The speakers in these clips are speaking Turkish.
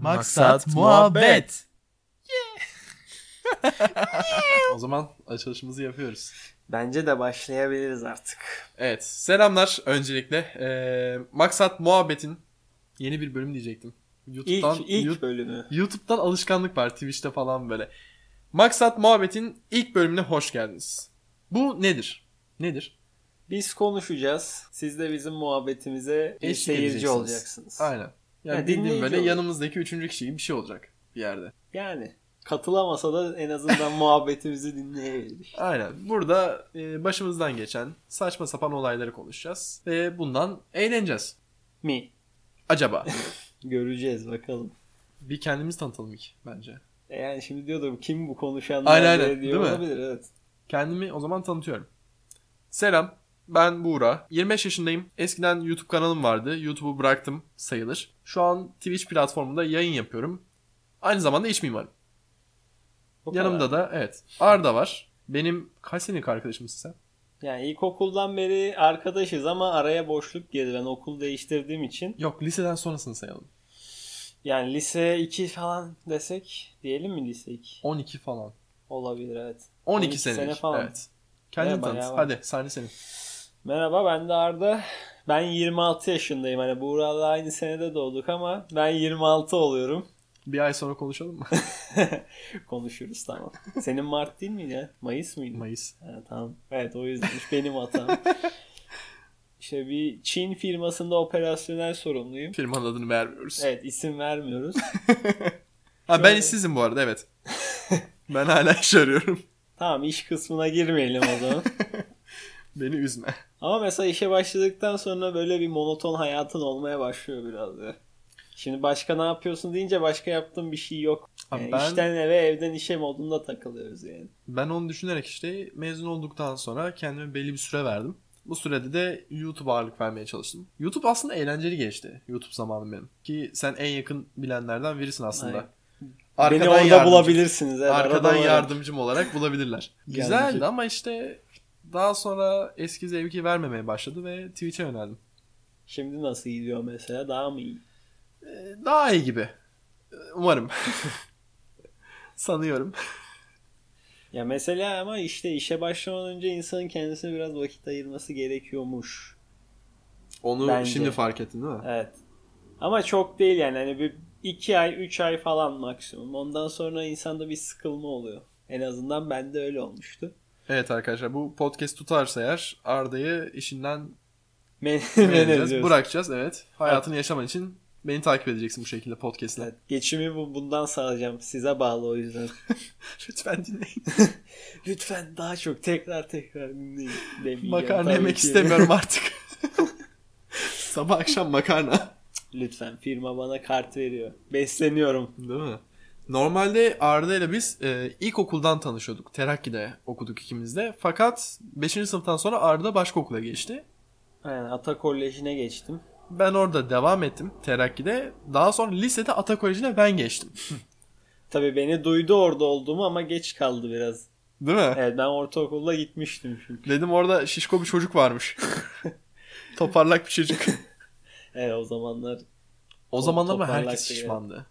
Maksat muhabbet. O zaman açılışımızı yapıyoruz. Bence de başlayabiliriz artık. Evet. Selamlar öncelikle. Ee, Maksat muhabbetin yeni bir bölüm diyecektim. İlk, YouTube'dan, ilk Yu- bölümü. YouTube'dan alışkanlık var Twitch'te falan böyle. Maksat muhabbetin ilk bölümüne hoş geldiniz. Bu nedir? Nedir? Biz konuşacağız. Siz de bizim muhabbetimize bir Eşlik seyirci edeceksiniz. olacaksınız. Aynen. Yani Ya, bildiğin dinleyici böyle olur. yanımızdaki üçüncü kişi bir şey olacak bir yerde. Yani katılamasa da en azından muhabbetimizi dinleyebilir. Aynen. Burada e, başımızdan geçen saçma sapan olayları konuşacağız. Ve bundan eğleneceğiz. Mi? Acaba. Göreceğiz bakalım. bir kendimizi tanıtalım ilk bence. E Yani şimdi diyordum kim bu konuşanlar Aynen, aynen. diye diyor Değil mi? olabilir evet. Kendimi o zaman tanıtıyorum. Selam, ben Buğra. 25 yaşındayım. Eskiden YouTube kanalım vardı. YouTube'u bıraktım sayılır. Şu an Twitch platformunda yayın yapıyorum. Aynı zamanda iç mimarım. O Yanımda da kadar. evet Arda var. Benim kaç senelik arkadaşımsın sen? Yani ilkokuldan beri arkadaşız ama araya boşluk gelir. Ben okul değiştirdiğim için. Yok liseden sonrasını sayalım. Yani lise 2 falan desek diyelim mi lise 2? 12 falan. Olabilir evet. 12, 12 senelik. sene falan. Evet. Kendini Bayağı, tanıt. bayağı var. Hadi sahne senin. Merhaba ben de Arda. Ben 26 yaşındayım. Hani Buğra'la aynı senede doğduk ama ben 26 oluyorum. Bir ay sonra konuşalım mı? Konuşuruz tamam. Senin Mart değil miydi ya? Mayıs mıydı? Mayıs. Ha, tamam. Evet o yüzdenmiş benim hatam. işte bir Çin firmasında operasyonel sorumluyum. Firmanın adını vermiyoruz. Evet isim vermiyoruz. ha, ben şöyle- işsizim bu arada evet. ben hala iş arıyorum. tamam iş kısmına girmeyelim o zaman. Beni üzme. Ama mesela işe başladıktan sonra böyle bir monoton hayatın olmaya başlıyor biraz ya. Şimdi başka ne yapıyorsun deyince başka yaptığım bir şey yok. Abi Yani ben- İşten eve evden işe modunda takılıyoruz yani. Ben onu düşünerek işte mezun olduktan sonra kendime belli bir süre verdim. Bu sürede de YouTube'a ağırlık vermeye çalıştım. YouTube aslında eğlenceli geçti. YouTube zamanım benim. Ki sen en yakın bilenlerden birisin aslında. Aynen. Arkadan Beni orada yardımcı- bulabilirsiniz. evet, arada Arkadan olarak. yardımcım olarak bulabilirler. Gelecek. Güzeldi ama işte daha sonra eski zevki vermemeye başladı ve Twitch'e yöneldim. Şimdi nasıl gidiyor mesela? Daha mı iyi? Ee, Daha iyi gibi. Ee, Umarım. Sanıyorum. Ya mesela ama işte işe başlamadan önce insanın kendisine biraz vakit ayırması gerekiyormuş. Onu Bence. şimdi fark ettin değil mi? Evet. Ama çok değil yani. Hani bir iki ay, üç ay falan maksimum. Ondan sonra insanda bir sıkılma oluyor. En azından bende öyle olmuştu. Evet arkadaşlar bu podcast tutarsa eğer Arda'yı işinden Men vereceğiz, bırakacağız evet. Hayatını yaşaman için beni takip edeceksin bu şekilde podcast'le. Evet, geçimi bu, bundan sağlayacağım. Size bağlı o yüzden. Lütfen dinleyin. Lütfen daha çok tekrar tekrar dinleyin. demeyeceğim Makarna tabii yemek ki. istemiyorum artık. Sabah akşam makarna. Lütfen firma bana kart veriyor. Besleniyorum. Değil mi? Normalde Arda ile biz e, ilkokuldan tanışıyorduk. Terakki'de okuduk ikimiz de. Fakat 5. sınıftan sonra Arda başka okula geçti. Aynen Ata Koleji'ne geçtim. Ben orada devam ettim Terakki'de. Daha sonra lisede Ata Koleji'ne ben geçtim. Tabii beni duydu orada olduğumu ama geç kaldı biraz. Değil mi? Evet ben ortaokulda gitmiştim çünkü. Dedim orada şişko bir çocuk varmış. Toparlak bir çocuk. Evet E, o zamanlar. O zamanlar mı toparlak herkes bir- şişmandı.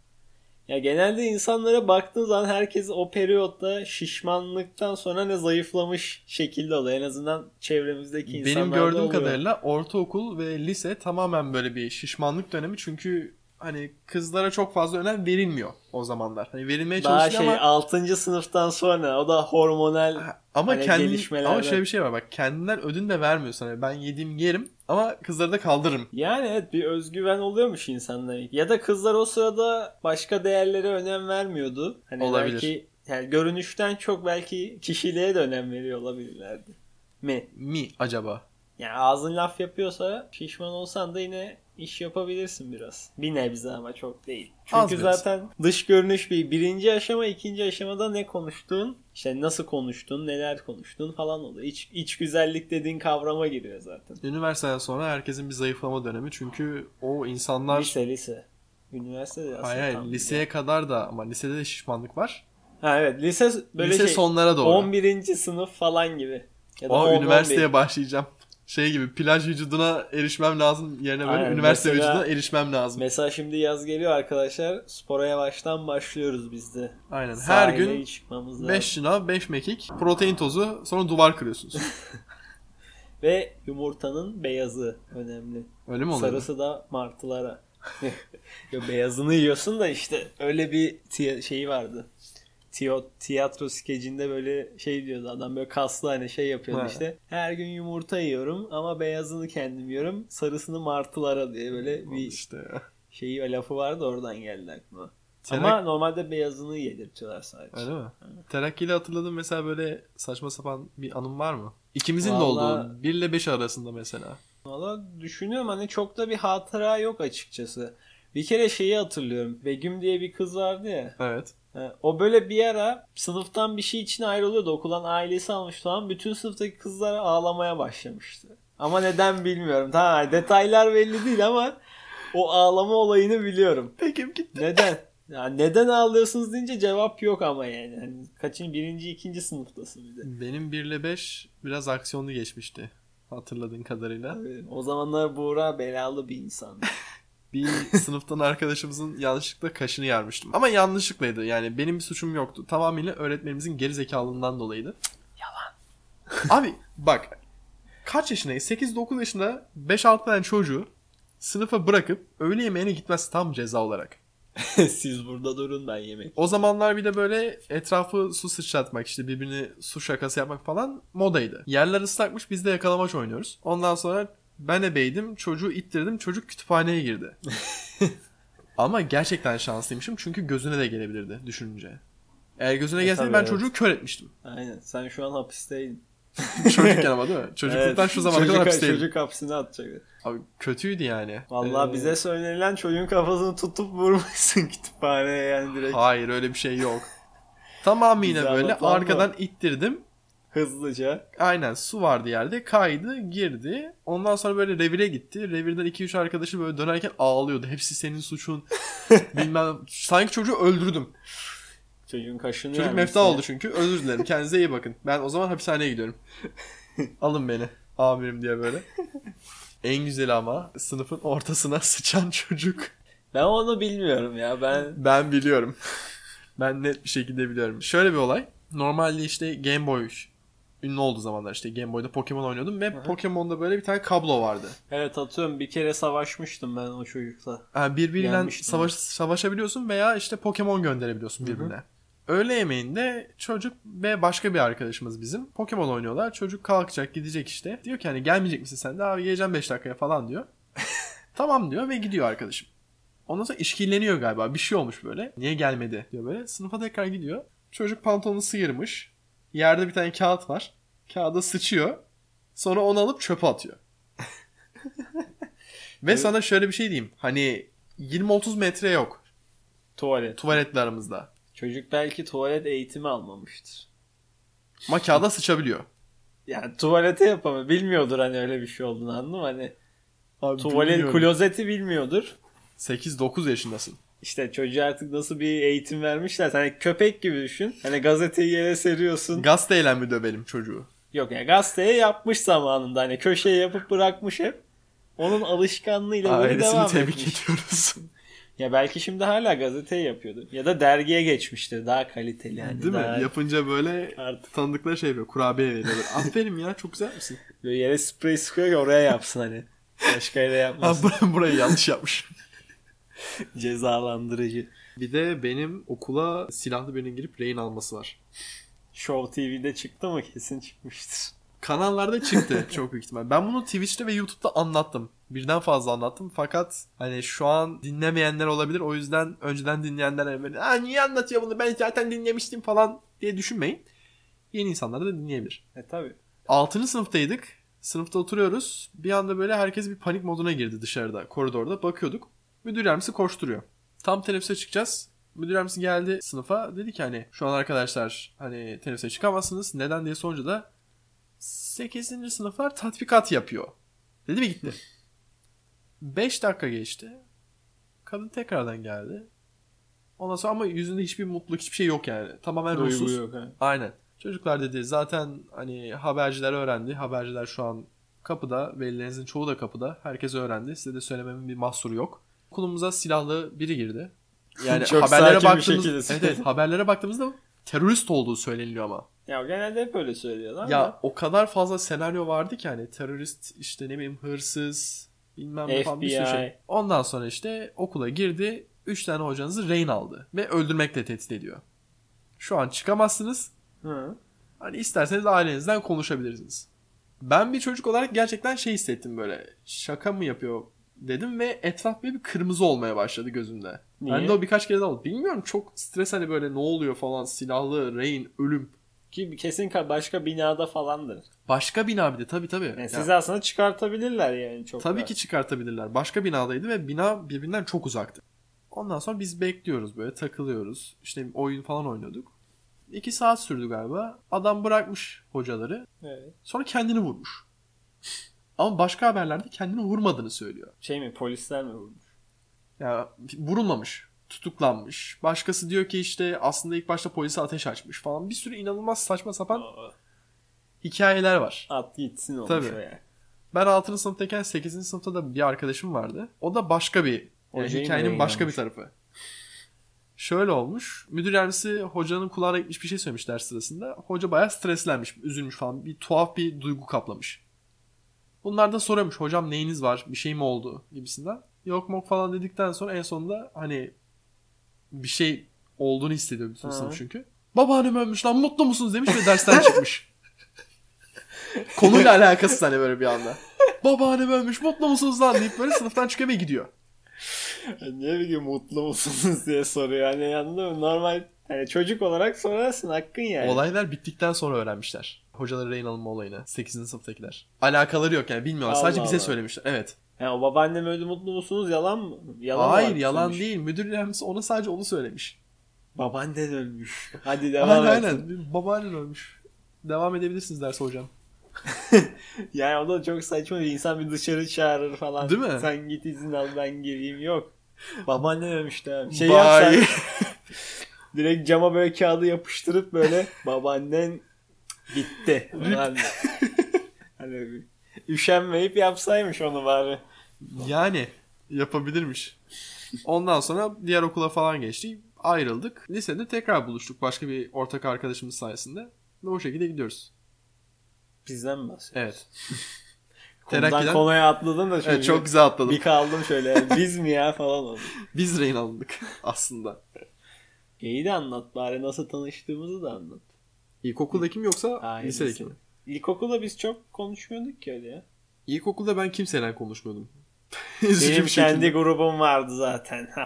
Ya genelde insanlara baktığın zaman herkes o periyotta şişmanlıktan sonra ne zayıflamış şekilde oluyor. En azından çevremizdeki insanlarda Benim gördüğüm oluyor. kadarıyla ortaokul ve lise tamamen böyle bir şişmanlık dönemi çünkü hani kızlara çok fazla önem verilmiyor o zamanlar. Hani verilmeye Daha çalışılıyor şey ama 6. sınıftan sonra o da hormonal ama hani kendi gelişmelerden- ama şöyle bir şey var bak kendinden ödün de vermiyor sana. Ben yediğim yerim ama kızları da kaldırırım. yani evet bir özgüven oluyormuş insanların. Ya da kızlar o sırada başka değerlere önem vermiyordu. Hani Olabilir. belki yani görünüşten çok belki kişiliğe de önem veriyor olabilirlerdi. Mi? Mi acaba? Yani ağzın laf yapıyorsa şişman olsan da yine iş yapabilirsin biraz. Bir nebze ama çok değil. Çünkü Az biraz. zaten dış görünüş bir birinci aşama ikinci aşamada ne konuştun işte nasıl konuştun neler konuştun falan oluyor. İç, iç güzellik dediğin kavrama giriyor zaten. Üniversiteden sonra herkesin bir zayıflama dönemi çünkü o insanlar Lise lise. Üniversite de aslında Hayır, hayır, tam liseye kadar da ama lisede de şişmanlık var. Ha evet lise böyle Lise şey sonlara doğru. 11. sınıf falan gibi. Ya da o 10-11. üniversiteye başlayacağım. şey gibi plaj vücuduna erişmem lazım yerine böyle Aynen, üniversite mesela- vücuduna erişmem lazım. Mesela şimdi yaz geliyor arkadaşlar. Spora yavaştan başlıyoruz biz de. Aynen. Her Sahile gün çıkmamız lazım. 5 şınav, 5 mekik, protein tozu, sonra duvar kırıyorsunuz. Ve yumurtanın beyazı önemli. Öyle mi oluyor? Sarısı da martılara. Yo, beyazını yiyorsun da işte öyle bir tiy- şeyi vardı. Tiyo- tiyatro skecinde böyle şey diyordu adam böyle kaslı hani şey yapıyordu Ha. işte. Her gün yumurta yiyorum ama beyazını kendim yiyorum. Sarısını martılara diye böyle Oldu bir işte ya. şeyi lafı vardı oradan geldi aklıma. Terak- Ama normalde beyazını yedirtiyorlar sadece. Öyle mi? Terakkiyle hatırladığın mesela böyle saçma sapan bir anım var mı? İkimizin de Vallahi- olduğu 1 ile 5 arasında mesela. Valla düşünüyorum hani çok da bir hatıra yok açıkçası. Bir kere şeyi hatırlıyorum. Begüm diye bir kız vardı ya. Evet. Ha, Ee, O böyle bir ara sınıftan bir şey için ayrılıyordu. Okuldan ailesi almış falan. Bütün sınıftaki kızlar ağlamaya başlamıştı. Ama neden bilmiyorum. Tamam detaylar belli değil ama o ağlama olayını biliyorum. Peki git. Neden? Ya neden ağlıyorsunuz deyince cevap yok ama yani. Hani kaçın birinci ikinci sınıftasın bir de. Benim 1 ile 5 biraz aksiyonlu geçmişti. Hatırladığın kadarıyla. Tabii, Ee, O zamanlar Buğra belalı bir insandı. Bir sınıftan arkadaşımızın yanlışlıkla kaşını yarmıştım. Ama yanlışlıklaydı. Yani benim bir suçum yoktu. Tamamıyla öğretmenimizin geri zekalılığından dolayıydı. Yalan. Abi bak kaç yaşındayız? 8-9 yaşında 5-6 tane çocuğu sınıfa bırakıp öğle yemeğine gitmez tam ceza olarak. Siz burada durun ben yemek. O zamanlar bir de böyle etrafı su sıçratmak işte birbirini su şakası yapmak falan modaydı. Yerler ıslakmış biz de yakalamaç oynuyoruz. Ondan sonra ben ebeydim çocuğu ittirdim çocuk kütüphaneye girdi. Ama gerçekten şanslıymışım çünkü gözüne de gelebilirdi düşününce. Eğer gözüne gelseydi E, tabii, ben evet. çocuğu kör etmiştim. Aynen sen şu an hapisteydin. Çocukken ama değil mi? Çocukluktan şu zamana çocuk, kadar hapisteydim. Çocuk hapsine atacak. Abi kötüydü yani. Vallahi Ee, bize söylenilen çocuğun kafasını tutup vurmuşsun kütüphaneye yani direkt. Hayır öyle bir şey yok. Tamamıyla Bize böyle anlatan mı? arkadan ittirdim. Hızlıca. Aynen su vardı yerde. Kaydı, girdi. Ondan sonra böyle revire gitti. Revirden 2-3 arkadaşı böyle dönerken ağlıyordu. Hepsi senin suçun. Bilmem. Sanki çocuğu öldürdüm. Çocuğun kaşını Çocuk yermişsin. mefta oldu çünkü. Özür dilerim. Kendinize iyi bakın. Ben o zaman hapishaneye gidiyorum. Alın beni. Amirim diye böyle. En güzeli ama sınıfın ortasına sıçan çocuk. Ben onu bilmiyorum ya. Ben Ben biliyorum. ben net bir şekilde biliyorum. Şöyle bir olay. Normalde işte Game Boy ünlü olduğu zamanlar işte Game Boy'da Pokemon oynuyordum ve Pokemon'da böyle bir tane kablo vardı. evet atıyorum bir kere savaşmıştım ben o çocukla. Yani birbiriyle Yenmiştim. savaş, savaşabiliyorsun veya işte Pokemon gönderebiliyorsun birbirine. Öğle yemeğinde çocuk ve başka bir arkadaşımız bizim Pokemon oynuyorlar. Çocuk kalkacak gidecek işte. Diyor ki hani gelmeyecek misin sen de abi geleceğim 5 dakikaya falan diyor. tamam diyor ve gidiyor arkadaşım. Ondan sonra işkilleniyor galiba bir şey olmuş böyle. Niye gelmedi diyor böyle. Sınıfa tekrar gidiyor. Çocuk pantolonunu sıyırmış. Yerde bir tane kağıt var. Kağıda sıçıyor. Sonra onu alıp çöpe atıyor. Ve Evet. sana şöyle bir şey diyeyim. Hani 20-30 metre yok Tuvalet. tuvaletler aramızda. Çocuk belki tuvalet eğitimi almamıştır. Ama kağıda sıçabiliyor. Yani tuvalete yapamıyor. Bilmiyordur hani öyle bir şey olduğunu anladın mı? Hani Abi tuvalet klozeti bilmiyordur. 8-9 yaşındasın. İşte çocuğa artık nasıl bir eğitim vermişler. Hani köpek gibi düşün. Hani gazeteyi yere seriyorsun. Gazeteyle mi dövelim çocuğu? Yok ya gazeteye yapmış zamanında. Hani köşeye yapıp bırakmış hep. Onun alışkanlığıyla böyle Ailesini devam tebrik etmiş. ediyoruz. Ya belki şimdi hala gazeteyi yapıyordu. Ya da dergiye geçmiştir. Daha kaliteli yani. Değil daha mi? Yapınca böyle Artık. tanıdıkları şey yapıyor. Kurabiye veriyorlar. Aferin ya çok güzel misin? Böyle yere sprey sıkıyor ki oraya yapsın hani. Başka yere Ha, yapmasın. bur- burayı yanlış yapmış. Cezalandırıcı. Bir de benim okula silahlı birinin girip rehin alması var. Show TV'de çıktı mı kesin çıkmıştır. Kanallarda çıktı çok büyük ihtimal. Ben bunu Twitch'te ve YouTube'da anlattım. Birden fazla anlattım. Fakat hani şu an dinlemeyenler olabilir. O yüzden önceden dinleyenler hani böyle "Aa, niye anlatıyor bunu ben zaten dinlemiştim falan diye düşünmeyin. Yeni insanlar da dinleyebilir. E tabi. 6. sınıftaydık. Sınıfta oturuyoruz. Bir anda böyle herkes bir panik moduna girdi dışarıda, koridorda. Bakıyorduk. Müdür yardımcısı koşturuyor. Tam teneffüse çıkacağız. Müdür yardımcısı geldi sınıfa. Dedi ki hani şu an arkadaşlar hani teneffüse çıkamazsınız. Neden diye sorunca da 8. sınıflar tatbikat yapıyor. Dedi ve gitti. 5 dakika geçti. Kadın tekrardan geldi. Ondan sonra ama yüzünde hiçbir mutluluk hiçbir şey yok yani. Tamamen Duygu ruhsuz. yok ha. Aynen. Çocuklar dedi zaten hani haberciler öğrendi. Haberciler şu an Kapıda, velilerinizin çoğu da kapıda. Herkes öğrendi. Size de söylememin bir mahsuru yok. Okulumuza silahlı biri girdi. Yani Çok haberlere sakin bir baktığımız, şekilde. evet, evet, haberlere baktığımızda terörist olduğu söyleniliyor ama. Ya genelde hep öyle söylüyorlar. Ya da. o kadar fazla senaryo vardı ki hani terörist işte ne bileyim hırsız bilmem ne falan bir sürü şey. FBI. Ondan sonra işte okula girdi. 3 tane hocanızı rehin aldı ve öldürmekle tehdit ediyor. Şu an çıkamazsınız. Hı. Hani isterseniz ailenizden konuşabilirsiniz. Ben bir çocuk olarak gerçekten şey hissettim böyle. Şaka mı yapıyor dedim ve etraf böyle bir kırmızı olmaya başladı gözümde. Niye? Ben de o birkaç kere daha oldu. Bilmiyorum çok stres hani böyle ne oluyor falan silahlı, rehin, ölüm. Ki kesin ka- başka binada falandır. Yani Başka bina bir de tabii tabii. Ya- sizi aslında çıkartabilirler yani çok. Tabii rahat. ki çıkartabilirler. Başka binadaydı ve bina birbirinden çok uzaktı. Ondan sonra biz bekliyoruz böyle takılıyoruz. İşte oyun falan oynuyorduk. İki saat sürdü galiba. Adam bırakmış hocaları. Evet. Sonra kendini vurmuş. Ama başka haberlerde kendini vurmadığını söylüyor. Şey mi polisler mi vurmuş? Ya vurulmamış, tutuklanmış. Başkası diyor ki işte aslında ilk başta polise ateş açmış falan. Bir sürü inanılmaz saçma sapan Aa, hikayeler var. At gitsin olmuş Tabii. o şey. yani. Ben 6. sınıftayken 8. sınıfta da bir arkadaşım vardı. O da başka bir yani Hocayı mı hikayenin başka bir yayınlamış? tarafı. Şöyle olmuş. Müdür yardımcısı hocanın kulağına gitmiş bir şey söylemiş ders sırasında. Hoca bayağı streslenmiş, üzülmüş falan. Bir tuhaf bir duygu kaplamış. Bunlar da soruyormuş. Hocam neyiniz var? Bir şey mi oldu? Gibisinden. Yok mu falan dedikten sonra en sonunda hani bir şey olduğunu hissediyor bütün Ha. sınıf çünkü. Babaannem ölmüş lan mutlu musunuz demiş ve dersten çıkmış. Konuyla alakası hani böyle bir anda. Babaannem ölmüş mutlu musunuz lan deyip böyle sınıftan çıkıyor ve gidiyor. Ya Niye bir gün mutlu musunuz diye soruyor. Hani anladın mı? Normal hani çocuk olarak sorarsın hakkın yani. Olaylar bittikten sonra öğrenmişler. Hocaları rehin alma olayını. 8. sınıftakiler. Alakaları yok yani bilmiyorlar. Allah Sadece bize Allah. söylemişler. Evet. Yani o babaannem öldü mutlu musunuz yalan mı? Yalan Hayır var yalan demiş. değil. Müdür yardımcısı ona sadece onu söylemiş. Babaannen ölmüş. Hadi Aynen devam et. aynen. Babaannen ölmüş. Devam edebilirsiniz derse hocam. Yani o da çok saçma bir insan bir dışarı çağırır falan. Değil mi? Sen git izin al ben gireyim yok. Babaannen ölmüş de abi. Şey Şey yapsan Bye. direkt cama böyle kağıdı yapıştırıp böyle babaannen gitti. falan. hani bir üşenmeyip yapsaymış onu bari. yani yapabilirmiş. Ondan sonra diğer okula falan geçti. Ayrıldık. Lisede tekrar buluştuk başka bir ortak arkadaşımız sayesinde. Ve o şekilde gidiyoruz. Bizden mi bahsediyorsun? Evet. Konudan Terakkiden- konuya atladın da şöyle Evet, çok güzel atladım. bir kaldım şöyle biz mi ya falan oldu. Biz rehin alındık aslında. İyi de anlat bari nasıl tanıştığımızı da anlat. İlkokuldaki mi yoksa Hayır, lisedeki lise. mi? İlkokulda biz çok konuşmuyorduk ki öyle ya. İlkokulda ben kimseyle konuşmuyordum. Üzücü Benim bir şekilde. kendi grubum vardı zaten.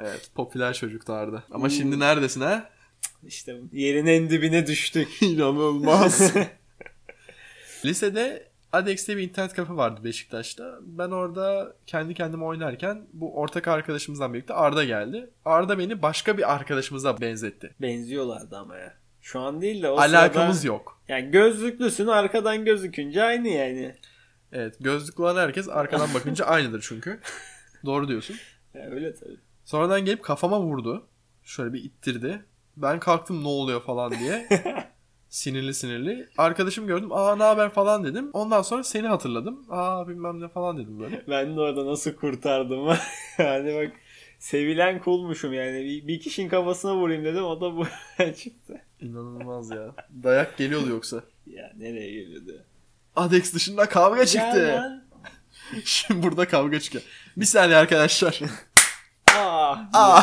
Evet popüler çocuklardı. Ama Hmm. şimdi neredesin ha? işte yerin en dibine düştük. İnanılmaz. Lisede Adex'te bir internet kafe vardı Beşiktaş'ta. Ben orada kendi kendime oynarken bu ortak arkadaşımızdan birlikte Arda geldi. Arda beni başka bir arkadaşımıza benzetti. Benziyorlardı ama ya. Şu an değil de o Alakamız sırada... yok. Yani gözlüklüsün arkadan gözükünce aynı yani. Evet gözlüklü olan herkes arkadan bakınca aynıdır çünkü. Doğru diyorsun. Ya öyle tabii. Sonradan gelip kafama vurdu. Şöyle bir ittirdi. Ben kalktım ne oluyor falan diye. sinirli sinirli. Arkadaşım gördüm. Aa ne haber falan dedim. Ondan sonra seni hatırladım. Aa bilmem ne falan dedim böyle. Ben de orada nasıl kurtardım. yani bak sevilen kulmuşum yani. Bir, bir kişinin kafasına vurayım dedim o da bu çıktı. İnanılmaz ya. Dayak geliyordu yoksa. Ya nereye geliyordu? Adex dışında kavga Ya çıktı. lan. Şimdi burada kavga çıkıyor. Bir saniye arkadaşlar. Ah. Aa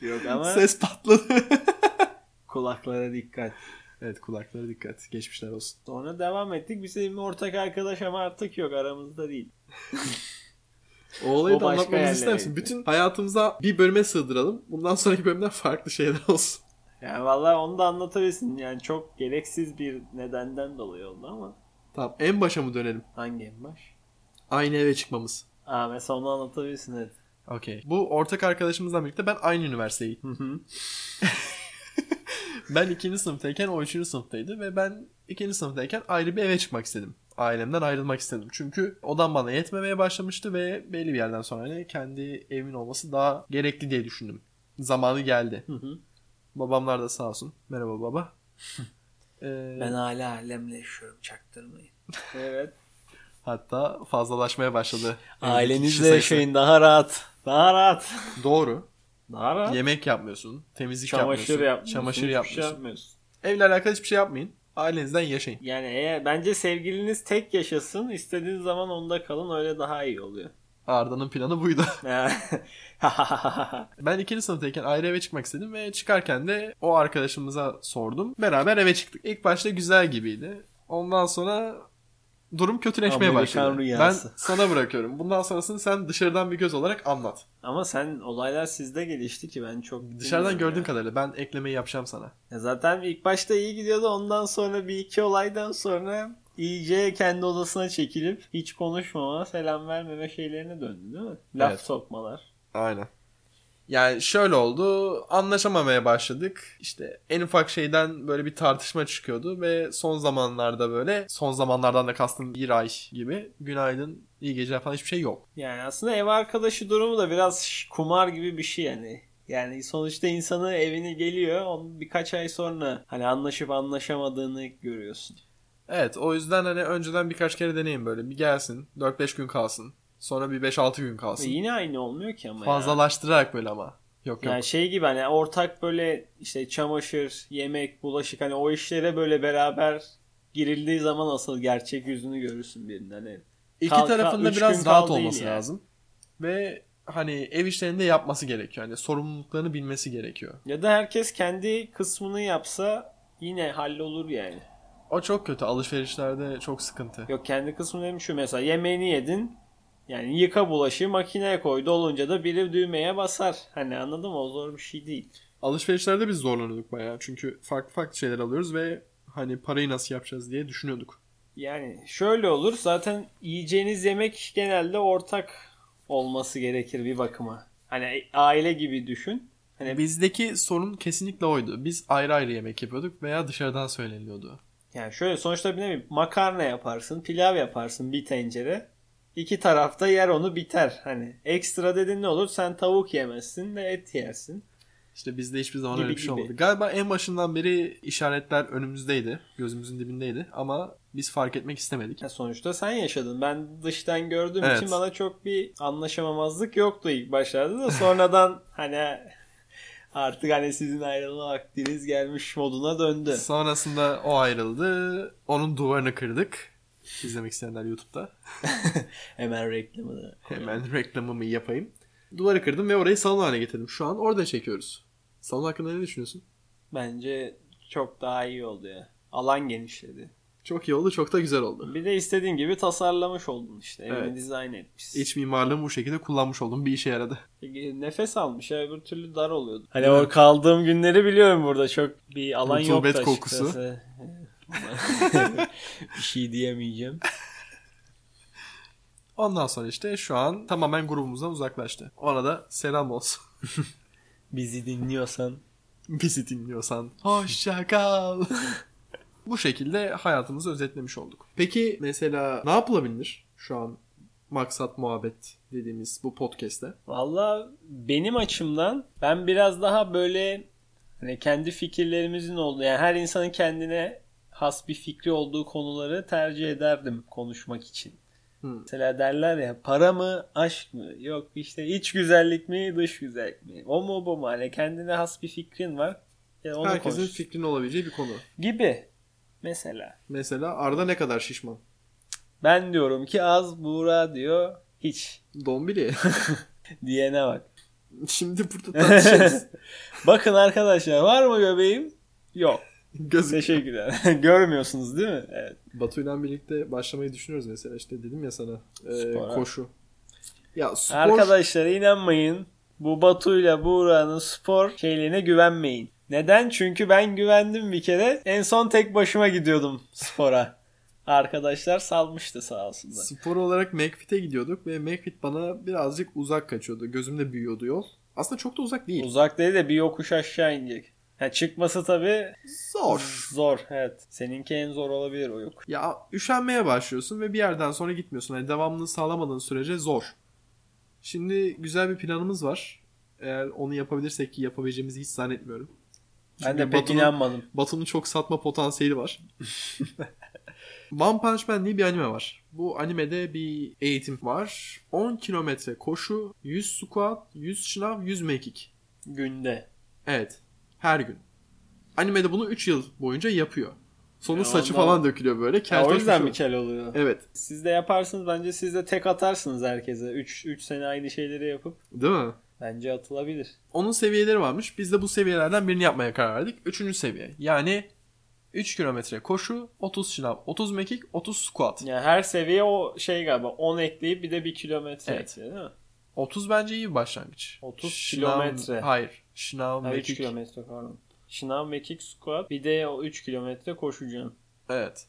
Yok ama ses patladı. kulaklara dikkat. evet kulaklara dikkat. Geçmişler olsun. Sonra devam ettik. Bizim ortak arkadaş ama artık yok aramızda değil. O olayı O da başka anlatmamızı ister yerlere misin? gitti. Bütün hayatımıza bir bölüme sığdıralım. Bundan sonraki bölümler farklı şeyler olsun. Yani valla onu da anlatabilirsin. Yani çok gereksiz bir nedenden dolayı oldu ama. Tamam en başa mı dönelim? Hangi en baş? Aynı eve çıkmamız. Aa mesela onu anlatabilirsin evet. Okey. Bu ortak arkadaşımızla birlikte ben aynı üniversiteye gittim. Ben ikinci sınıftayken o üçüncü sınıftaydı ve ben ikinci sınıftayken ayrı bir eve çıkmak istedim. Ailemden ayrılmak istedim. Çünkü odam bana yetmemeye başlamıştı ve belli bir yerden sonra hani kendi evimin olması daha gerekli diye düşündüm. Zamanı geldi. Hı hı. Babamlar da sağ olsun. Merhaba baba. Ee, hala alemle yaşıyorum çaktırmayın. evet. Hatta fazlalaşmaya başladı. Evdeki kişi Ailenizle sayısı. yaşayın daha rahat. Daha rahat. Doğru. Daha rahat. Yemek yapmıyorsun. Temizlik Çamaşır yapmıyorsun. yapmıyorsun. Çamaşır hiçbir şey yapmıyorsun. yapmıyorsun. Evle alakalı hiçbir şey yapmayın. Ailenizden yaşayın. Yani eğer bence sevgiliniz tek yaşasın. istediğiniz zaman onda kalın. Öyle daha iyi oluyor. Arda'nın planı buydu. Ha. Ben ikinci sınıftayken ayrı eve çıkmak istedim ve çıkarken de o arkadaşımıza sordum. Beraber eve çıktık. İlk başta güzel gibiydi. Ondan sonra durum kötüleşmeye Amerikan başladı. rüyası. Ben sana bırakıyorum. Bundan sonrasını sen dışarıdan bir göz olarak anlat. Ama sen olaylar sizde gelişti ki ben çok Dışarıdan bilmiyorum gördüğüm ya. kadarıyla ben eklemeyi yapacağım sana. Ya Zaten ilk başta iyi gidiyordu. Ondan sonra bir iki olaydan sonra iyice kendi odasına çekilip hiç konuşmama, selam vermeme şeylerine döndü değil mi? Laf Evet. sokmalar. Aynen. Yani şöyle oldu. Anlaşamamaya başladık. İşte en ufak şeyden böyle bir tartışma çıkıyordu ve son zamanlarda böyle son zamanlardan da kastım bir ay gibi günaydın, iyi geceler falan hiçbir şey yok. Yani aslında ev arkadaşı durumu da biraz ş- kumar gibi bir şey yani. Yani sonuçta insanı evine geliyor. Onun birkaç ay sonra hani anlaşıp anlaşamadığını görüyorsun. Evet o yüzden hani önceden birkaç kere deneyin böyle. Bir gelsin 4-5 gün kalsın. Sonra bir 5-6 gün Ve kalsın. yine aynı olmuyor ki ama ya. Fazlalaştırarak böyle ama. Yok yok. Yani şey gibi hani ortak böyle işte çamaşır, yemek, bulaşık hani o işlere böyle beraber girildiği zaman asıl gerçek yüzünü görürsün birinin. Hani İki Kal- kal- tarafında üç biraz gün rahat kal değil olması yani. lazım. Ve hani ev işlerini de yapması gerekiyor. Hani sorumluluklarını bilmesi gerekiyor. ya da herkes kendi kısmını yapsa yine hallolur yani. O çok kötü. Alışverişlerde çok sıkıntı. Yok kendi kısmını demiş şu mesela yemeğini yedin yani yıka bulaşığı makineye koy dolunca da biri düğmeye basar. Hani anladın mı? O zor bir şey değil. Alışverişlerde biz zorlanıyorduk bayağı. Çünkü farklı farklı şeyler alıyoruz ve hani parayı nasıl yapacağız diye düşünüyorduk. Yani şöyle olur zaten yiyeceğiniz yemek genelde ortak olması gerekir bir bakıma. Hani aile gibi düşün. Hani Bizdeki sorun kesinlikle oydu. Biz ayrı ayrı yemek yapıyorduk veya dışarıdan söyleniliyordu. yani şöyle sonuçta bir ne bileyim makarna yaparsın, pilav yaparsın bir tencere. İki tarafta yer onu biter. Hani ekstra dedin ne olur? Sen tavuk yemezsin de et yersin. İşte bizde hiçbir zaman Gibi öyle bir şey gibi. olmadı. Galiba en başından beri işaretler önümüzdeydi. Gözümüzün dibindeydi. Ama biz fark etmek istemedik. Ya sonuçta sen yaşadın. Ben dıştan gördüğüm Evet. için bana çok bir anlaşamamazlık yoktu ilk başlarda da sonradan hani artık hani sizin ayrılma vaktiniz gelmiş moduna döndü. Sonrasında o ayrıldı. Onun duvarını kırdık. İzlemek isteyenler YouTube'da. Hemen reklamını. Hemen reklamımı yapayım. Duvarı kırdım ve orayı salon haline getirdim. Şu an orada çekiyoruz. Salon hakkında ne düşünüyorsun? Bence çok daha iyi oldu ya. Alan genişledi. Çok iyi oldu, çok da güzel oldu. Bir de istediğin gibi tasarlamış oldun işte. Evini Evet. dizayn etmişsin. İç mimarlığımı bu şekilde kullanmış oldum. Bir işe yaradı. Peki, Nefes almış ya öbür türlü dar oluyordu. Hani Değil mi? o kaldığım günleri biliyorum burada çok bir alan yok Rutubet da kokusu. açıkçası. bir şey diyemeyeceğim. Ondan sonra işte şu an tamamen grubumuzdan uzaklaştı. Ona da selam olsun. Bizi dinliyorsan Bizi dinliyorsan hoşça kal. bu şekilde hayatımızı özetlemiş olduk. Peki mesela ne yapılabilir şu an maksat muhabbet dediğimiz bu podcast'te? Valla benim açımdan ben biraz daha böyle hani kendi fikirlerimizin olduğu yani her insanın kendine has bir fikri olduğu konuları tercih ederdim konuşmak için. Hmm. Mesela derler ya para mı aşk mı yok işte iç güzellik mi dış güzellik mi o mu bu mu hani kendine has bir fikrin var ya onu Herkesin konuş fikrinin olabileceği bir konu. gibi mesela. Mesela Arda ne kadar şişman? Ben diyorum ki az Buğra diyor hiç Dombili. diyene bak. Şimdi burada tartışırız. Bakın arkadaşlar var mı göbeğim? Yok. Gözük. Teşekkürler. Görmüyorsunuz değil mi? Evet. Batu'yla birlikte başlamayı düşünüyoruz mesela işte dedim ya sana e, Spora. koşu. Ya spor Arkadaşlar inanmayın. Bu Batu'yla Buğra'nın spor şeylerine güvenmeyin. Neden? Çünkü ben güvendim bir kere. En son tek başıma gidiyordum spora. Arkadaşlar salmıştı sağ olsunlar. spor olarak McFit'e gidiyorduk ve McFit bana birazcık uzak kaçıyordu. Gözümde büyüyordu yol. Aslında çok da uzak değil. Uzak değil de bir yokuş aşağı inecek. Ha, çıkması tabii Zor. zor. Evet. Seninki en zor olabilir o yokuş. Ya üşenmeye başlıyorsun ve bir yerden sonra gitmiyorsun. Hani devamını sağlamadığın sürece zor. Şimdi güzel bir planımız var. Eğer onu yapabilirsek ki yapabileceğimizi hiç zannetmiyorum. Ben de Çünkü pek Batu'nun- inanmadım. Batu'nun çok satma potansiyeli var. One Punch Man diye bir anime var. Bu animede bir eğitim var. 10 kilometre koşu, 100 squat, 100 şınav, 100 mekik. Günde. Evet. Her gün. Animede bunu 3 yıl boyunca yapıyor. Sonu Ya saçı ondan- falan dökülüyor böyle. Ya o Keltoş yüzden bir mi şey kel oluyor? oluyor. Evet. Siz de yaparsınız bence siz de tek atarsınız herkese. 3 3 sene aynı şeyleri yapıp Değil mi? bence atılabilir. Onun seviyeleri varmış. Biz de bu seviyelerden birini yapmaya karar verdik. Üçüncü seviye. Yani 3 kilometre koşu, 30 şınav, 30 mekik, 30 squat. Yani her seviye o şey galiba 10 ekleyip bir de 1 kilometre Evet. ekliyor değil mi? 30 bence iyi bir başlangıç. 30 Şınav- kilometre. Hayır. Şınav, Ha, 3 mekik. kilometre pardon. Şınav, mekik, squat bir de o 3 kilometre koşacaksın. Evet.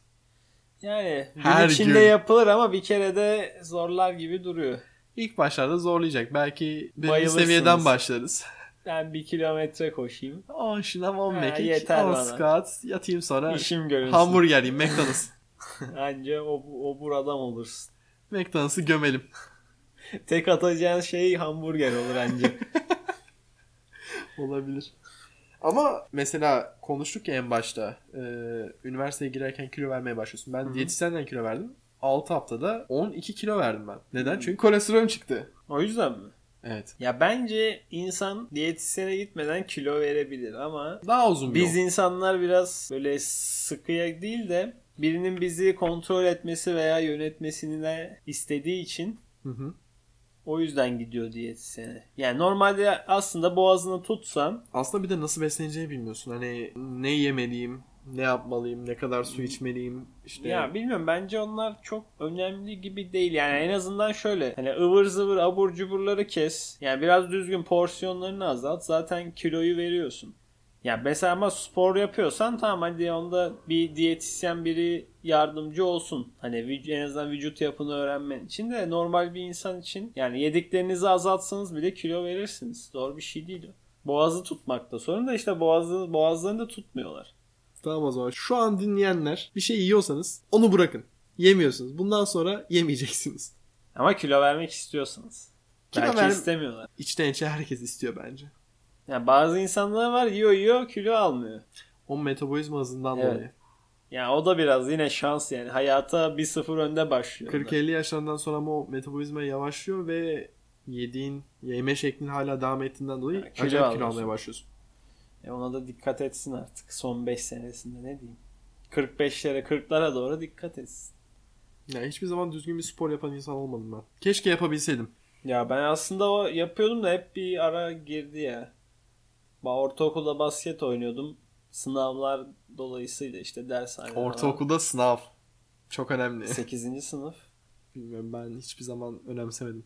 Yani gün Her içinde gün. yapılır ama bir kere de zorlar gibi duruyor. İlk başlarda zorlayacak. Belki birinci Bayılırsınız. seviyeden başlarız. Ben 1 kilometre koşayım. 10 şınav, 10 Ha, mekik, yeter 10 bana. squat. Yatayım sonra İşim görünsün. hamburger yiyeyim. McDonald's. Anca o, o buradan olursun. McDonald's'ı gömelim. Tek atacağın şey hamburger olur anca. Olabilir. Ama mesela konuştuk ya en başta. e, üniversiteye girerken kilo vermeye başlıyorsun. Ben hı. diyetisyenden kilo verdim. 6 haftada 12 kilo verdim ben. Neden? Çünkü kolesterolüm çıktı. o yüzden mi? Evet. Ya bence insan diyetisyene gitmeden kilo verebilir ama Daha uzun bir biz yol. insanlar biraz böyle sıkıya değil de birinin bizi kontrol etmesi veya yönetmesini de istediği için Hı hı. o yüzden gidiyor diyetisyene. Yani normalde aslında boğazını tutsan Aslında bir de nasıl besleneceğini bilmiyorsun. Hani ne yemeliyim, ne yapmalıyım, ne kadar su içmeliyim. işte ya bilmiyorum bence onlar çok önemli gibi değil. Yani en azından şöyle hani ıvır zıvır abur cuburları kes. Yani biraz düzgün porsiyonlarını azalt. Zaten kiloyu veriyorsun. Ya mesela ama spor yapıyorsan tamam hadi onda bir diyetisyen biri yardımcı olsun. Hani vü- en azından vücut yapını öğrenmen için de normal bir insan için yani yediklerinizi azaltsanız bile kilo verirsiniz. Zor bir şey değil. o. Boğazı tutmakta sorun da işte boğazı, boğazlarını da tutmuyorlar. Tamam o zaman. Şu an dinleyenler bir şey yiyorsanız onu bırakın. Yemiyorsunuz. Bundan sonra yemeyeceksiniz. Ama kilo vermek istiyorsanız. Kilo Belki ver- istemiyorlar. İçten içe herkes istiyor bence. Yani bazı insanlar var yiyor yiyor kilo almıyor. O metabolizma hızından Evet. dolayı. Yani o da biraz yine şans yani. Hayata bir sıfır önde başlıyor. 40-50 yaşlarından sonra ama o metabolizma yavaşlıyor ve yediğin, yeme şeklin hala devam ettiğinden dolayı Ya, kilo acayip kilo alıyorsun. almaya başlıyorsun. E ona da dikkat etsin artık son 5 senesinde ne diyeyim. 45'lere 40'lara doğru dikkat etsin. Ya hiçbir zaman düzgün bir spor yapan insan olmadım ben. Keşke yapabilseydim. Ya ben aslında o yapıyordum da hep bir ara girdi ya. Ba ortaokulda basket oynuyordum. Sınavlar dolayısıyla işte dershane. Ortaokulda sınav. Çok önemli. 8. sınıf. Bilmiyorum ben hiçbir zaman önemsemedim.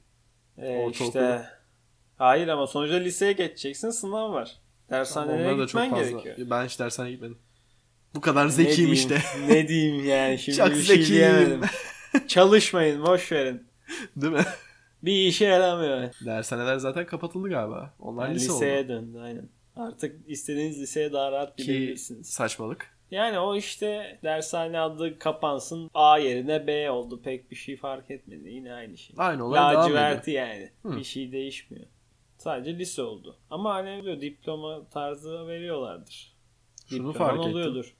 E Ortaokul. işte. Hayır ama sonuçta liseye geçeceksin sınav var. Dershanelere Onlara da çok gitmen fazla. gerekiyor. Ben hiç dershaneye gitmedim. Bu kadar zekiyim Ne işte. diyeyim, Ne diyeyim yani şimdi Çok bir şey zekiyim. diyemedim. Çalışmayın boş verin. Değil mi? Bir işe yaramıyor. Dershaneler zaten kapatıldı galiba. Onlar Yani lise liseye oldu. döndü aynen. Artık istediğiniz liseye daha rahat Ki gidebilirsiniz. saçmalık. Yani o işte dershane adı kapansın A yerine B oldu. Pek bir şey fark etmedi. Yine aynı şey. Aynı olay devam ediyor. Laciverti yani. Hı. Bir şey değişmiyor. Sadece lise oldu. Ama hani diyor diploma tarzı veriyorlardır. Şunu Diploman fark ettim. oluyordur.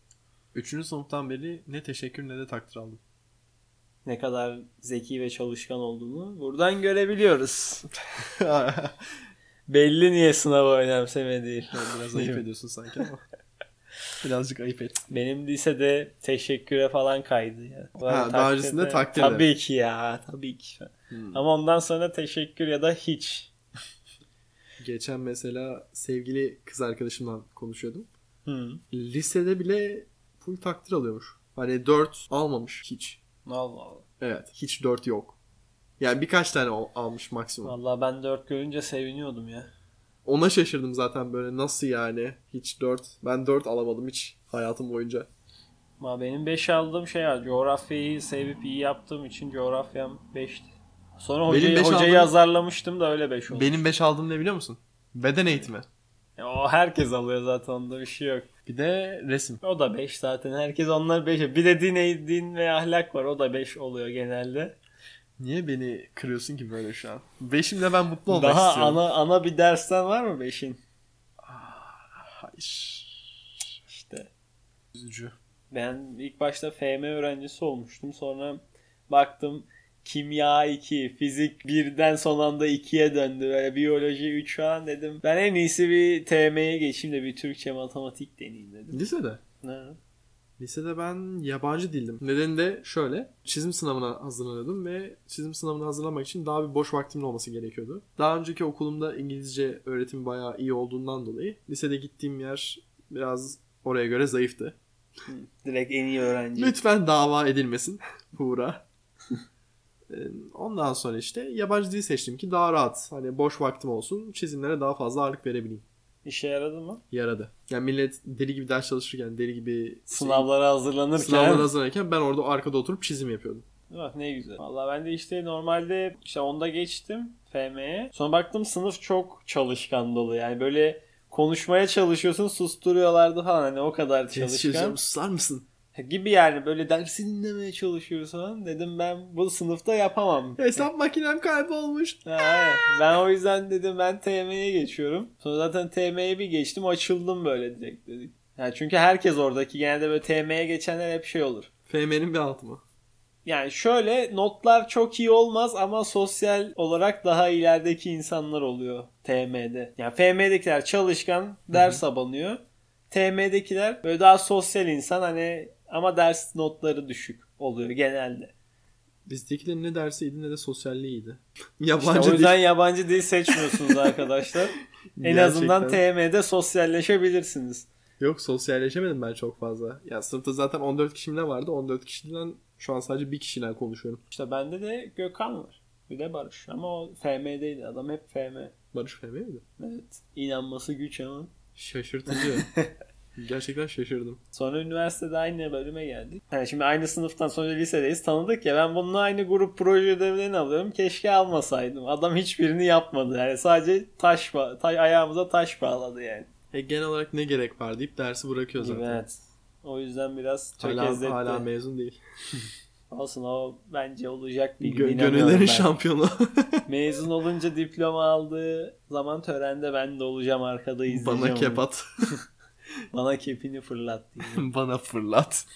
Üçüncü sınıftan beri ne teşekkür ne de takdir aldım. Ne kadar zeki ve çalışkan olduğunu buradan görebiliyoruz. Belli niye sınavı önemsemediği. Biraz ayıp ediyorsun sanki ama. Birazcık ayıp et. Benim lisede teşekküre falan kaydı ya. Bana Ha, daha öncesinde Hmm. takdirde. Tabii ki ya tabii ki. Ama ondan sonra teşekkür ya da hiç. Geçen mesela sevgili kız arkadaşımla konuşuyordum. Hı. Lisede bile full takdir alıyormuş. Hani 4 almamış hiç. Allah Allah. Evet. Hiç 4 yok. Yani birkaç tane al- almış maksimum. Vallahi ben dört görünce seviniyordum ya. Ona şaşırdım zaten böyle nasıl yani hiç 4. Ben 4 alamadım hiç hayatım boyunca. Ama benim 5 aldığım şey var. Coğrafyayı sevip iyi yaptığım için coğrafyam 5'ti. Sonra Benim hocayı, beş hocayı aldığım- azarlamıştım da öyle 5 oldu. Benim 5 aldığım ne biliyor musun? Beden eğitimi. Ya O herkes alıyor zaten onda bir şey yok. Bir de resim. O da 5 zaten. Herkes onlar 5. Bir de din, e, din ve ahlak var. O da 5 oluyor genelde. Niye beni kırıyorsun ki böyle şu an? Beşimle ben mutlu olmak Daha istiyorum. ana ana bir dersten var mı 5'in? Hayır. İşte. Üzücü. Ben ilk başta FM öğrencisi olmuştum. Sonra baktım kimya 2, fizik 1'den son anda 2'ye döndü. Böyle biyoloji 3 falan dedim. Ben en iyisi bir TM'ye geçeyim de bir Türkçe matematik deneyeyim dedim. Lisede. Ha. Lisede ben yabancı değildim. Nedeni de şöyle. Çizim sınavına hazırlanıyordum ve çizim sınavına hazırlanmak için daha bir boş vaktimin olması gerekiyordu. Daha önceki okulumda İngilizce öğretimi bayağı iyi olduğundan dolayı lisede gittiğim yer biraz oraya göre zayıftı. Direkt en iyi öğrenci. Lütfen dava edilmesin. Buğra. Ee, Ondan sonra işte yabancı dil seçtim ki daha rahat. Hani boş vaktim olsun. Çizimlere daha fazla ağırlık verebileyim. İşe yaradı mı? Yaradı. Yani millet deli gibi ders çalışırken, deli gibi Sınavlara hazırlanırken. sınavlara hazırlanırken ben orada arkada oturup çizim yapıyordum. Ah, ne güzel. Valla ben de işte normalde işte onda geçtim FM'ye. Sonra baktım sınıf çok çalışkan dolu. Yani böyle konuşmaya çalışıyorsun susturuyorlardı falan. Hani o kadar çalışkan. Çalışıyorum. Susar mısın? Gibi yani böyle dersi dinlemeye çalışıyorsun falan. Dedim ben bu sınıfta yapamam. Hesap makinem kaybolmuş. Ha, evet. ben o yüzden dedim ben TM'ye geçiyorum. Sonra zaten TM'ye bir geçtim açıldım böyle direkt dedik. Yani çünkü herkes oradaki genelde böyle TM'ye geçenler hep şey olur. FM'nin bir altı mı? Yani şöyle notlar çok iyi olmaz ama sosyal olarak daha ilerideki insanlar oluyor TM'de. Yani FM'dekiler çalışkan, ders abanıyor. TM'dekiler böyle daha sosyal insan hani ama ders notları düşük oluyor genelde. Bizdekilerin ne dersiydi ne de sosyalliği iyiydi. İşte Yabancı o yüzden dil. yabancı dil seçmiyorsunuz arkadaşlar. en azından Gerçekten. TM'de sosyalleşebilirsiniz. Yok sosyalleşemedim ben çok fazla. Ya sınıfta zaten 14 kişim ne vardı? 14 kişiden şu an sadece bir kişiyle konuşuyorum. İşte bende de Gökhan var. Bir de Barış. Ama o FM'deydi. Adam hep FM. Barış FM miydi? Evet. İnanması güç ama. Şaşırtıcı. Gerçekten şaşırdım. Sonra üniversitede aynı bölüme geldik. Yani şimdi aynı sınıftan sonra lisedeyiz. Tanıdık ya ben bununla aynı grup proje ödevlerini alıyorum. Keşke almasaydım. Adam hiçbirini yapmadı. Yani sadece taş, ba- tay- ayağımıza taş bağladı yani. E, genel olarak ne gerek var deyip dersi bırakıyor zaten. Evet. O yüzden biraz tökezletti. Hala, hala mezun değil. Olsun o bence olacak bir Gö- gün. gönüllerin inanıyorum ben. şampiyonu. Mezun olunca diploma aldığı zaman törende ben de olacağım arkada izleyeceğim. Bana onu. kepat. Bana kepini fırlat diye. Bana fırlat.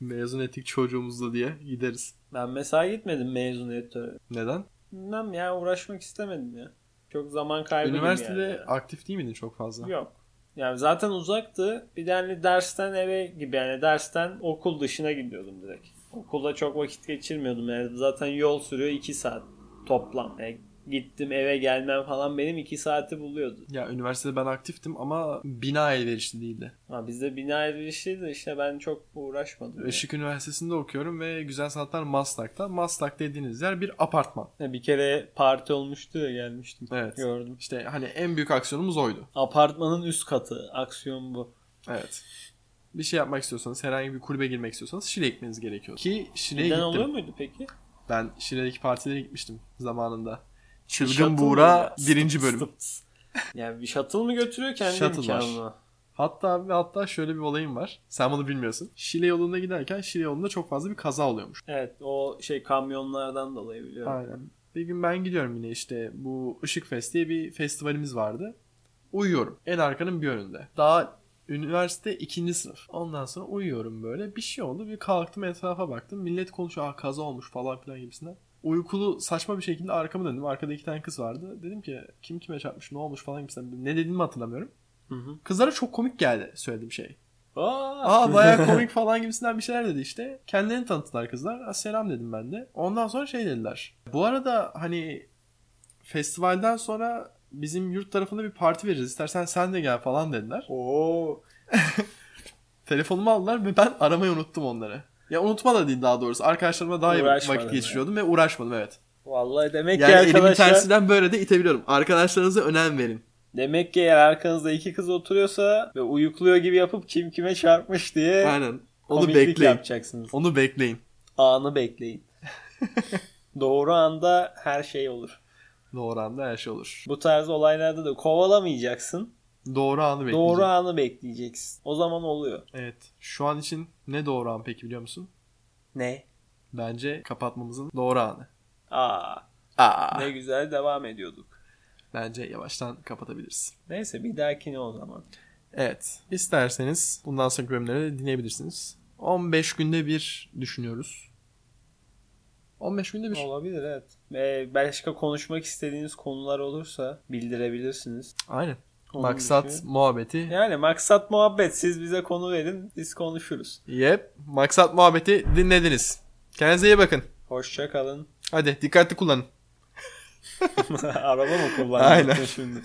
mezun ettik çocuğumuzla diye gideriz. Ben mesela gitmedim mezuniyet töreni. Neden? Bilmem ya uğraşmak istemedim ya. Çok zaman kaybı gibi Üniversitede yani. aktif değil miydin çok fazla? Yok. Yani zaten uzaktı. Bir de hani dersten eve gibi yani dersten okul dışına gidiyordum direkt. Okulda çok vakit geçirmiyordum yani. Zaten yol sürüyor 2 saat toplam. Yani gittim eve gelmem falan benim 2 saati buluyordu. Ya üniversitede ben aktiftim ama bina elverişli değildi. Ama bizde bina erişiydi işte ben çok uğraşmadım. yani. Işık Üniversitesi'nde okuyorum ve Güzel Sanatlar Maslak'ta. Maslak dediğiniz yer bir apartman. Ya Bir kere parti olmuştu ya gelmiştim. Evet. Gördüm. İşte hani en büyük aksiyonumuz oydu. Apartmanın üst katı. Aksiyon bu. Evet. Bir şey yapmak istiyorsanız, herhangi bir kulübe girmek istiyorsanız Şile gitmeniz gerekiyor. Ki Şile'ye Neden gittim. oluyor muydu peki? Ben Şile'deki partilere gitmiştim zamanında. Shuttle Çılgın mı Buğra ya? birinci bölüm. Stıp stıp. Yani bir shuttle mı götürüyor kendi Shuttle var. imkanına? Hatta ve hatta şöyle bir olayım var. Sen bunu bilmiyorsun. Şile yolunda giderken Şile yolunda çok fazla bir kaza oluyormuş. Evet o şey kamyonlardan dolayı biliyorum. Aynen. Bir gün ben gidiyorum yine işte bu Işık Fest diye bir festivalimiz vardı. Uyuyorum. En arkanın bir önünde. Daha üniversite ikinci sınıf. Ondan sonra uyuyorum böyle. Bir şey oldu. Bir kalktım etrafa baktım. Millet konuşuyor. Aa kaza olmuş falan filan gibisinden. Uykulu saçma bir şekilde arkama döndüm. Arkada iki tane kız vardı. Dedim ki kim kime çarpmış ne olmuş falan gibisinden. Ne dediğimi hatırlamıyorum. Hı hı. Kızlara çok komik geldi söylediğim şey. Aa! Aa bayağı komik falan gibisinden bir şeyler dedi işte. Kendilerini tanıttılar kızlar. Aa, selam dedim ben de. Ondan sonra şey dediler. Bu arada hani festivalden sonra bizim yurt tarafında bir parti veririz. İstersen sen de gel falan dediler. Oo. Telefonumu aldılar ve ben aramayı unuttum onları. Ya unutma da değil daha doğrusu. Arkadaşlarıma daha iyi Uğraşmadın vakit yani. geçiriyordum ve uğraşmadım evet. Vallahi demek Yani ki elimin arkadaşlar tersinden böyle de itebiliyorum. Arkadaşlarınıza önem verin. demek ki eğer arkanızda iki kız oturuyorsa ve uyukluyor gibi yapıp kim kime çarpmış diye Aynen. Onu komiklik bekleyin. yapacaksınız. Onu bekleyin. Anı bekleyin. Doğru anda her şey olur. Doğru anda her şey olur. Bu tarz olaylarda da kovalamayacaksın. Doğru anı bekleyin. Doğru anı bekleyeceksin. O zaman oluyor. Evet. Şu an için ne doğru an peki biliyor musun? Ne? Bence kapatmamızın doğru anı. Aa, Aa. ne güzel devam ediyorduk. Bence yavaştan kapatabiliriz. Neyse bir dahakine o zaman. Evet. İsterseniz bundan sonraki bölümleri de dinleyebilirsiniz. 15 günde bir düşünüyoruz. 15 günde bir. Olabilir evet. Ee, başka konuşmak istediğiniz konular olursa bildirebilirsiniz. Aynen. Onun Maksat dışı- muhabbeti. Yani maksat muhabbet. Siz bize konu verin. Biz konuşuruz. Yep. Maksat muhabbeti dinlediniz. Kendinize iyi bakın. Hoşça kalın. Hadi dikkatli kullanın. Araba mı kullandın Aynen. şimdi?